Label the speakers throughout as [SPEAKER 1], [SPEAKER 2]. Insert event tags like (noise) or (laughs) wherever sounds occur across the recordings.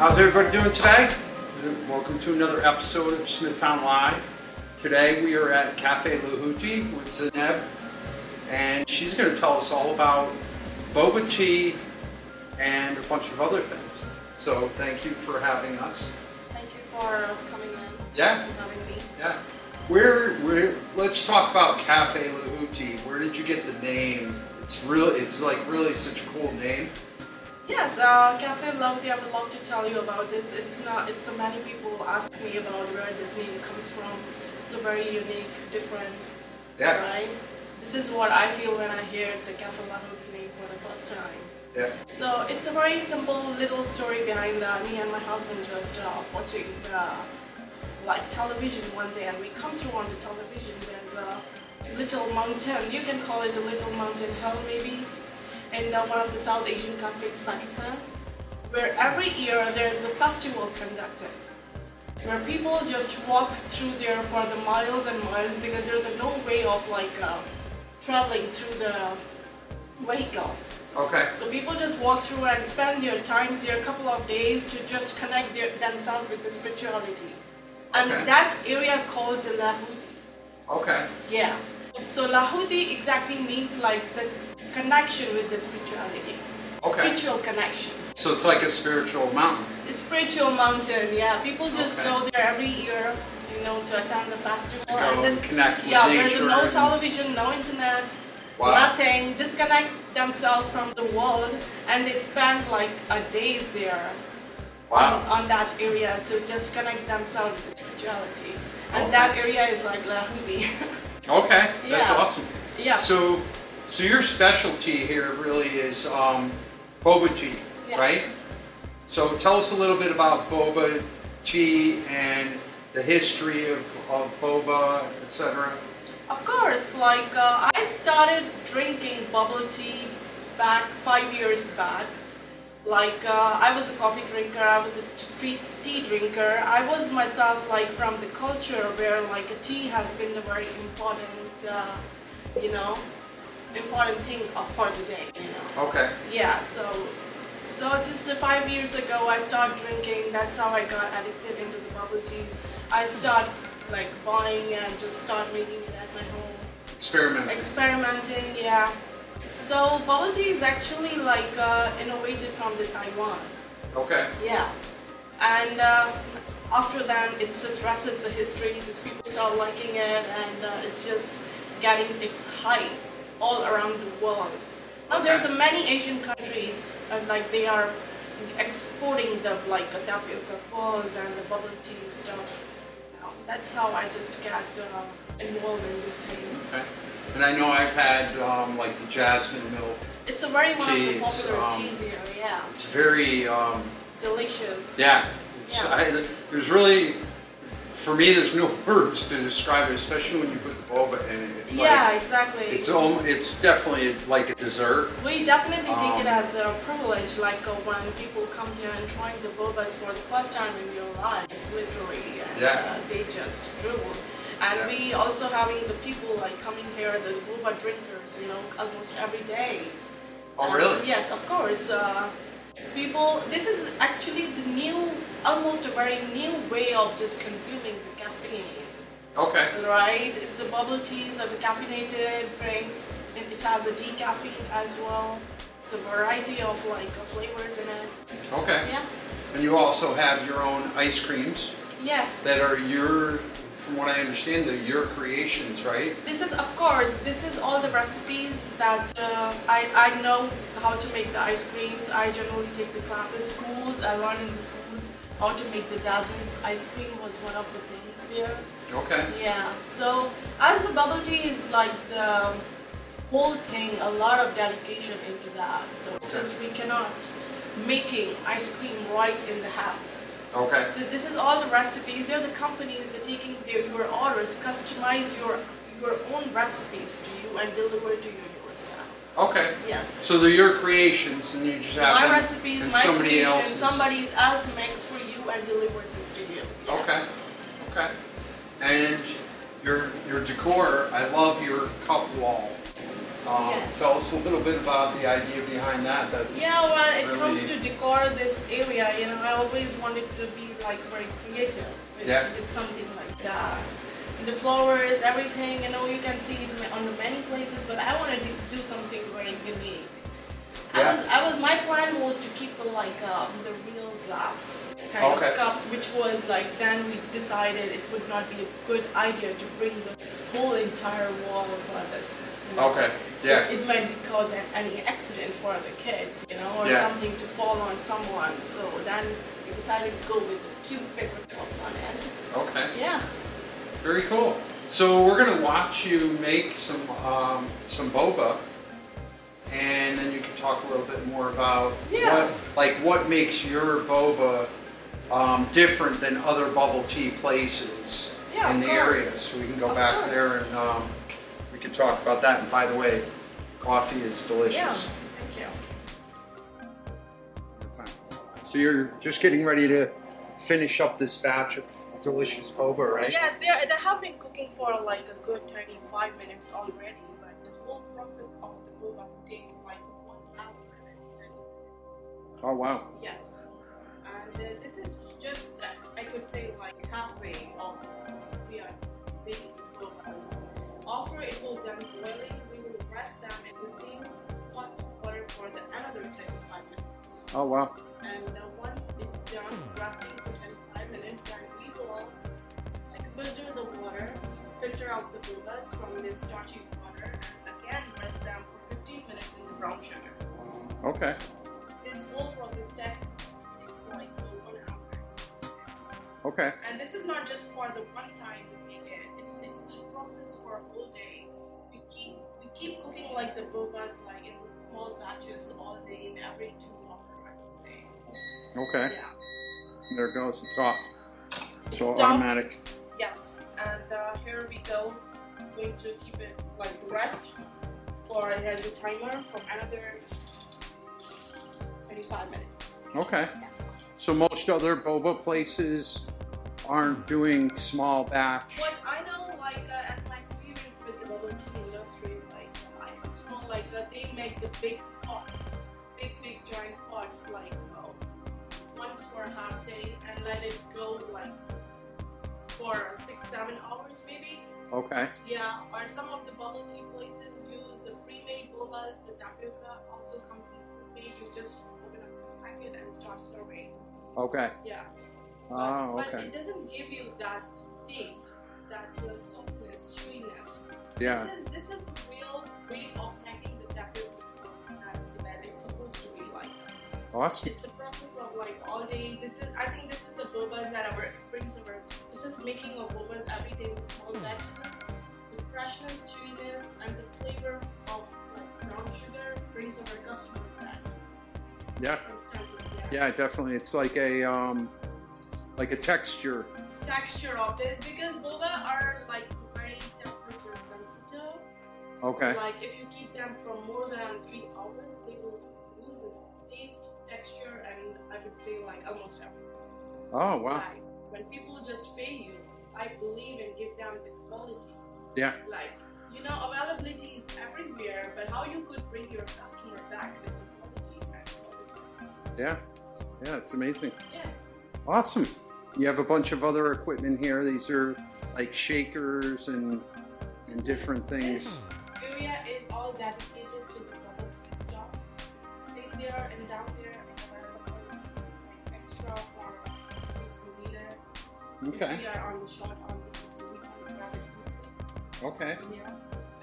[SPEAKER 1] How's everybody doing today? Welcome to another episode of Smithtown Live. Today we are at Cafe Luhuti with Zeneb, and she's going to tell us all about boba tea and a bunch of other things. So thank you for having us.
[SPEAKER 2] Thank you for coming in
[SPEAKER 1] Yeah,
[SPEAKER 2] and having me.
[SPEAKER 1] yeah. Where, where? Let's talk about Cafe Luhuti. Where did you get the name? It's really, it's like really such a cool name.
[SPEAKER 2] Yes, uh, Cafe Lauti, I would love to tell you about this. It's not, it's so many people ask me about where this name comes from. It's a very unique, different,
[SPEAKER 1] Yeah,
[SPEAKER 2] right? This is what I feel when I hear the Cafe Lauti name for the first time.
[SPEAKER 1] yeah,
[SPEAKER 2] So it's a very simple little story behind that. Me and my husband just uh, watching uh, like television one day, and we come to on the television. There's a little mountain. You can call it a little mountain hell maybe, in uh, one of the South Asian countries, Pakistan, where every year there's a festival conducted. Where people just walk through there for the miles and miles because there's no way of like uh, traveling through the vehicle.
[SPEAKER 1] okay,
[SPEAKER 2] So people just walk through and spend their times there, a couple of days to just connect their, themselves with the spirituality. And
[SPEAKER 1] Okay.
[SPEAKER 2] that area calls it Lahuti.
[SPEAKER 1] okay,
[SPEAKER 2] Yeah. So Lahuti exactly means like the connection with the spirituality.
[SPEAKER 1] Okay.
[SPEAKER 2] Spiritual connection.
[SPEAKER 1] So it's like a spiritual mountain.
[SPEAKER 2] The spiritual mountain, yeah. People just
[SPEAKER 1] Okay.
[SPEAKER 2] go there every year, you know, to attend the festival.
[SPEAKER 1] To go and connect with
[SPEAKER 2] yeah, there's
[SPEAKER 1] nature
[SPEAKER 2] no
[SPEAKER 1] and-
[SPEAKER 2] television, no internet,
[SPEAKER 1] Wow.
[SPEAKER 2] nothing. Disconnect themselves from the world, and they spend like a days there
[SPEAKER 1] Wow.
[SPEAKER 2] on, on that area to just connect themselves with spirituality. And
[SPEAKER 1] Okay.
[SPEAKER 2] that area is like Lahudi.
[SPEAKER 1] Okay, that's
[SPEAKER 2] Yeah.
[SPEAKER 1] awesome.
[SPEAKER 2] (laughs) yeah.
[SPEAKER 1] So, so your specialty here really is um, boba tea,
[SPEAKER 2] Yeah.
[SPEAKER 1] right? So tell us a little bit about boba tea and the history of, of boba, etc.
[SPEAKER 2] Of course, like uh, I started drinking bubble tea back five years back. Like uh, I was a coffee drinker, I was a tea, tea drinker. I was myself like from the culture where like a tea has been a very important, uh, you know, important thing of- for the day. You know.
[SPEAKER 1] Okay,
[SPEAKER 2] Yeah. So, so just uh, five years ago, I started drinking. That's how I got addicted into the bubble teas. I started like buying and just start making it at my home
[SPEAKER 1] experimenting.
[SPEAKER 2] experimenting, yeah. So bubble tea is actually like uh, innovated from the Taiwan,
[SPEAKER 1] Okay,
[SPEAKER 2] yeah. And uh, after that, it's just rest the history. Just people start liking it, and uh, it's just getting its hype all around the world. Now there's
[SPEAKER 1] Okay.
[SPEAKER 2] a many Asian countries, and like they are exporting the like the tapioca balls and the bubble tea stuff. Now, that's how I just got uh, involved in this thing.
[SPEAKER 1] okay. And I know I've had um, like the jasmine milk.
[SPEAKER 2] It's a very one of the
[SPEAKER 1] Cheese,
[SPEAKER 2] popular
[SPEAKER 1] um,
[SPEAKER 2] cheese here, yeah.
[SPEAKER 1] It's very um,
[SPEAKER 2] Delicious.
[SPEAKER 1] Yeah, it's,
[SPEAKER 2] Yeah.
[SPEAKER 1] I, there's really, for me, there's no (laughs) words to describe it, especially when you put the boba in it. It's
[SPEAKER 2] Yeah,
[SPEAKER 1] like,
[SPEAKER 2] exactly.
[SPEAKER 1] it's almost, it's definitely like a dessert.
[SPEAKER 2] we definitely
[SPEAKER 1] um,
[SPEAKER 2] take it as a privilege, like uh, when people come here and trying the bobas for the first time in your life, literally, and
[SPEAKER 1] Yeah.
[SPEAKER 2] uh, they just drool.
[SPEAKER 1] Yeah.
[SPEAKER 2] And we also having the people like coming here, the boba drinkers, you know, almost every day.
[SPEAKER 1] Oh,
[SPEAKER 2] Uh,
[SPEAKER 1] really?
[SPEAKER 2] yes, of course. Uh, people, this is actually the new, almost a very new way of just consuming the caffeine.
[SPEAKER 1] Okay,
[SPEAKER 2] right? It's the bubble teas or the caffeinated drinks, and it has a decaffeine as well. It's a variety of like of flavors in it.
[SPEAKER 1] okay.
[SPEAKER 2] Yeah.
[SPEAKER 1] And you also have your own ice creams
[SPEAKER 2] Yes.
[SPEAKER 1] that are your, from what I understand, they're your creations, right?
[SPEAKER 2] This is of course. This is all the recipes that uh, I I know how to make the ice creams. I generally take the classes, schools. I learn in the schools how to make the dozens. Ice cream was one of the things there.
[SPEAKER 1] Okay,
[SPEAKER 2] Yeah. So as the bubble tea is like the whole thing, a lot of dedication into that. So because we cannot making ice cream right in the house.
[SPEAKER 1] okay,
[SPEAKER 2] So this is all the recipes. They're the companies that taking their, your orders, customize your your own recipes to you and deliver to you yourself.
[SPEAKER 1] okay.
[SPEAKER 2] Yes.
[SPEAKER 1] So they're your creations and you just have
[SPEAKER 2] My
[SPEAKER 1] them
[SPEAKER 2] recipes,
[SPEAKER 1] and
[SPEAKER 2] my
[SPEAKER 1] somebody
[SPEAKER 2] creation,
[SPEAKER 1] else's.
[SPEAKER 2] somebody else makes for you and delivers this to you. Yeah.
[SPEAKER 1] Okay, okay. And your your decor, I love your cup wall. Um,
[SPEAKER 2] Yes.
[SPEAKER 1] Tell us a little bit about the idea behind that. That's
[SPEAKER 2] Yeah, well, it
[SPEAKER 1] Really-
[SPEAKER 2] comes to decor this area, you know, I always wanted to be like very creative with,
[SPEAKER 1] Yeah.
[SPEAKER 2] with something like that. And the flowers, everything, you know, you can see it ma- on the many places, but I wanted to do something very unique. I
[SPEAKER 1] Yeah.
[SPEAKER 2] was, I was, my plan was to keep it like um, the real glass kind
[SPEAKER 1] Okay.
[SPEAKER 2] of cups, which was like then we decided it would not be a good idea to bring the whole entire wall for this. you know.
[SPEAKER 1] Okay. Yeah.
[SPEAKER 2] It, it might be cause an, any accident for the kids, you know, or
[SPEAKER 1] Yeah.
[SPEAKER 2] something to fall on someone. So then we decided to go with the cute paper cups on it.
[SPEAKER 1] Okay.
[SPEAKER 2] Yeah.
[SPEAKER 1] Very cool. So we're gonna watch you make some um, some boba, and then you can talk a little bit more about
[SPEAKER 2] Yeah.
[SPEAKER 1] what like what makes your boba um, different than other bubble tea places
[SPEAKER 2] Yeah,
[SPEAKER 1] in
[SPEAKER 2] of
[SPEAKER 1] the area.
[SPEAKER 2] course.
[SPEAKER 1] So we can go
[SPEAKER 2] Of
[SPEAKER 1] back
[SPEAKER 2] course.
[SPEAKER 1] there and um, we can talk about that. And by the way, coffee is
[SPEAKER 2] Yeah.
[SPEAKER 1] delicious.
[SPEAKER 2] Thank you.
[SPEAKER 1] So you're just getting ready to finish up this batch of delicious boba, right?
[SPEAKER 2] Yes, they are, they have been cooking for like a good 35 minutes already, but the whole process of the boba takes like one hour and 30 minutes.
[SPEAKER 1] Oh wow.
[SPEAKER 2] Yes. And uh, this is just, uh, I could say, like halfway of the uh, big bobas. After it will done boiling, we will rest them in the same hot water for the another 35 minutes.
[SPEAKER 1] Oh wow.
[SPEAKER 2] And uh, once it's done resting for 25 minutes, then we will like, filter the water, filter out the bubas from this starchy water, and again rest them for 15 minutes in the brown sugar.
[SPEAKER 1] Okay.
[SPEAKER 2] This whole process takes takes like one hour.
[SPEAKER 1] Okay.
[SPEAKER 2] And this is not just for the one time we make it. It's it's a process for a whole day. We keep we keep cooking like the bobas like in small batches all day in every two hours, I would say.
[SPEAKER 3] Okay,
[SPEAKER 2] Yeah.
[SPEAKER 3] there it goes. It's off. So
[SPEAKER 2] It's done.
[SPEAKER 3] automatic.
[SPEAKER 2] Yes, and uh, here we go. Going to keep it like rest for it has a timer for another 25 minutes.
[SPEAKER 3] Okay. So most other boba places aren't doing small batch.
[SPEAKER 2] What I know, like uh, as my experience with the bubble tea industry, like I come to know, like that they make the big pots, big big giant pots, like uh, once for a half day and let it go like for six seven hours maybe.
[SPEAKER 3] Okay.
[SPEAKER 2] Yeah, or some of the bubble tea places use the pre-made bobas, the tapioca also comes in pre-made. You just open up the packet and start serving.
[SPEAKER 3] Okay.
[SPEAKER 2] Yeah. But,
[SPEAKER 3] Oh,
[SPEAKER 2] but
[SPEAKER 3] okay.
[SPEAKER 2] it doesn't give you that taste, that uh, softness, chewiness.
[SPEAKER 3] Yeah.
[SPEAKER 2] This is this is the real way of making the tapioca and that it's supposed to be like this.
[SPEAKER 3] Awesome.
[SPEAKER 2] It's a process of like all day. This is I think this is the bobas that our brings our. This is making of bobas every day in small batches. The freshness, chewiness, and the flavor of like brown sugar brings our customer that
[SPEAKER 3] Yeah.
[SPEAKER 2] instantly.
[SPEAKER 3] Yeah, definitely. It's like a um, like a texture.
[SPEAKER 2] texture of this because boba are like very temperature sensitive.
[SPEAKER 3] Okay.
[SPEAKER 2] Like if you keep them for more than three hours, they will lose its taste, texture, and I would say like almost everything.
[SPEAKER 3] Oh wow.
[SPEAKER 2] Like when people just pay you, I believe and give them the quality.
[SPEAKER 3] Yeah.
[SPEAKER 2] Like you know, availability is everywhere, but how you could bring your customer back with the quality and services.
[SPEAKER 3] Yeah. Yeah. It's amazing.
[SPEAKER 2] Yeah.
[SPEAKER 3] Awesome. You have a bunch of other equipment here. These are like shakers and and different things.
[SPEAKER 2] area is all dedicated to the bubble tea stuff. Things there and down there are extra for this reliever.
[SPEAKER 3] Okay.
[SPEAKER 2] We are on the short arm, so we can grab it
[SPEAKER 3] Okay.
[SPEAKER 2] quickly. Yeah.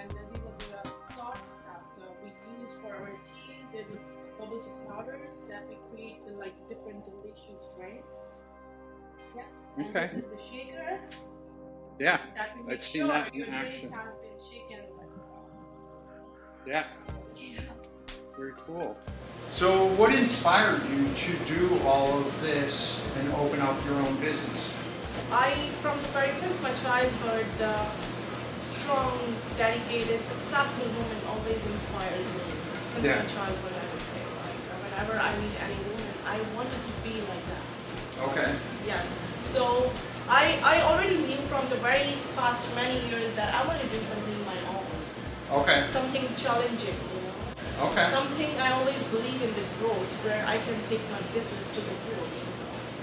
[SPEAKER 2] And then these are the sauce that uh, we use for our teas. There's the bubble tea powders that we create the like different delicious drinks. Yeah. And
[SPEAKER 3] Okay.
[SPEAKER 2] this is the shaker
[SPEAKER 3] Yeah.
[SPEAKER 2] that we make
[SPEAKER 3] I've
[SPEAKER 2] sure
[SPEAKER 3] seen that in
[SPEAKER 2] your drinks
[SPEAKER 3] action.
[SPEAKER 2] has been shaken. Like,
[SPEAKER 3] Yeah.
[SPEAKER 2] yeah.
[SPEAKER 3] Very cool.
[SPEAKER 1] So, what inspired you to do all of this and open up your own business?
[SPEAKER 2] I, from very since my childhood, uh, strong, dedicated, successful woman always inspires me. Since
[SPEAKER 1] Yeah.
[SPEAKER 2] my childhood, I would say, like uh, whenever I meet any woman, I wanted to be like that.
[SPEAKER 1] Okay.
[SPEAKER 2] Yes. So I, I already knew from the very past many years that I want to do something my own.
[SPEAKER 1] Okay.
[SPEAKER 2] something challenging, you know.
[SPEAKER 1] Okay.
[SPEAKER 2] Something I always believe in the growth, where I can take my business to the growth.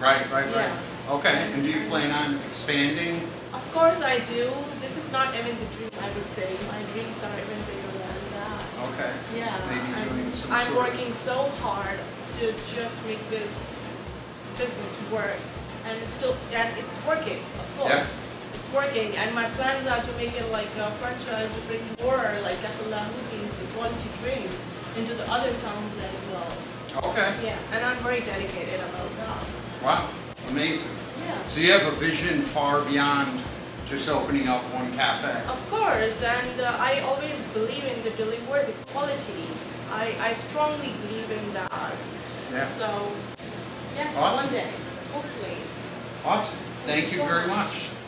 [SPEAKER 1] Right, right, right.
[SPEAKER 2] Yeah.
[SPEAKER 1] Okay. And do you plan on expanding?
[SPEAKER 2] Of course I do. This is not even the dream, I would say. My dreams are even bigger than that.
[SPEAKER 1] Okay.
[SPEAKER 2] Yeah.
[SPEAKER 1] Maybe
[SPEAKER 2] I'm,
[SPEAKER 1] doing some sort
[SPEAKER 2] I'm
[SPEAKER 1] of-
[SPEAKER 2] working so hard to just make this business work. And it's still, and it's working, of course.
[SPEAKER 1] Yeah.
[SPEAKER 2] It's working. And my plans are to make it like a franchise to bring more like Kafala Houdings, the quality drinks, into the other towns as well.
[SPEAKER 1] Okay.
[SPEAKER 2] Yeah. And I'm very dedicated about that.
[SPEAKER 1] Wow. Amazing.
[SPEAKER 2] Yeah.
[SPEAKER 1] So you have a vision far beyond just opening up one cafe.
[SPEAKER 2] Of course, and uh, I always believe in the deliver the quality. I, I strongly believe in that.
[SPEAKER 1] Yeah.
[SPEAKER 2] So, yes,
[SPEAKER 1] Awesome.
[SPEAKER 2] one day, hopefully.
[SPEAKER 1] Awesome. Thank you very much.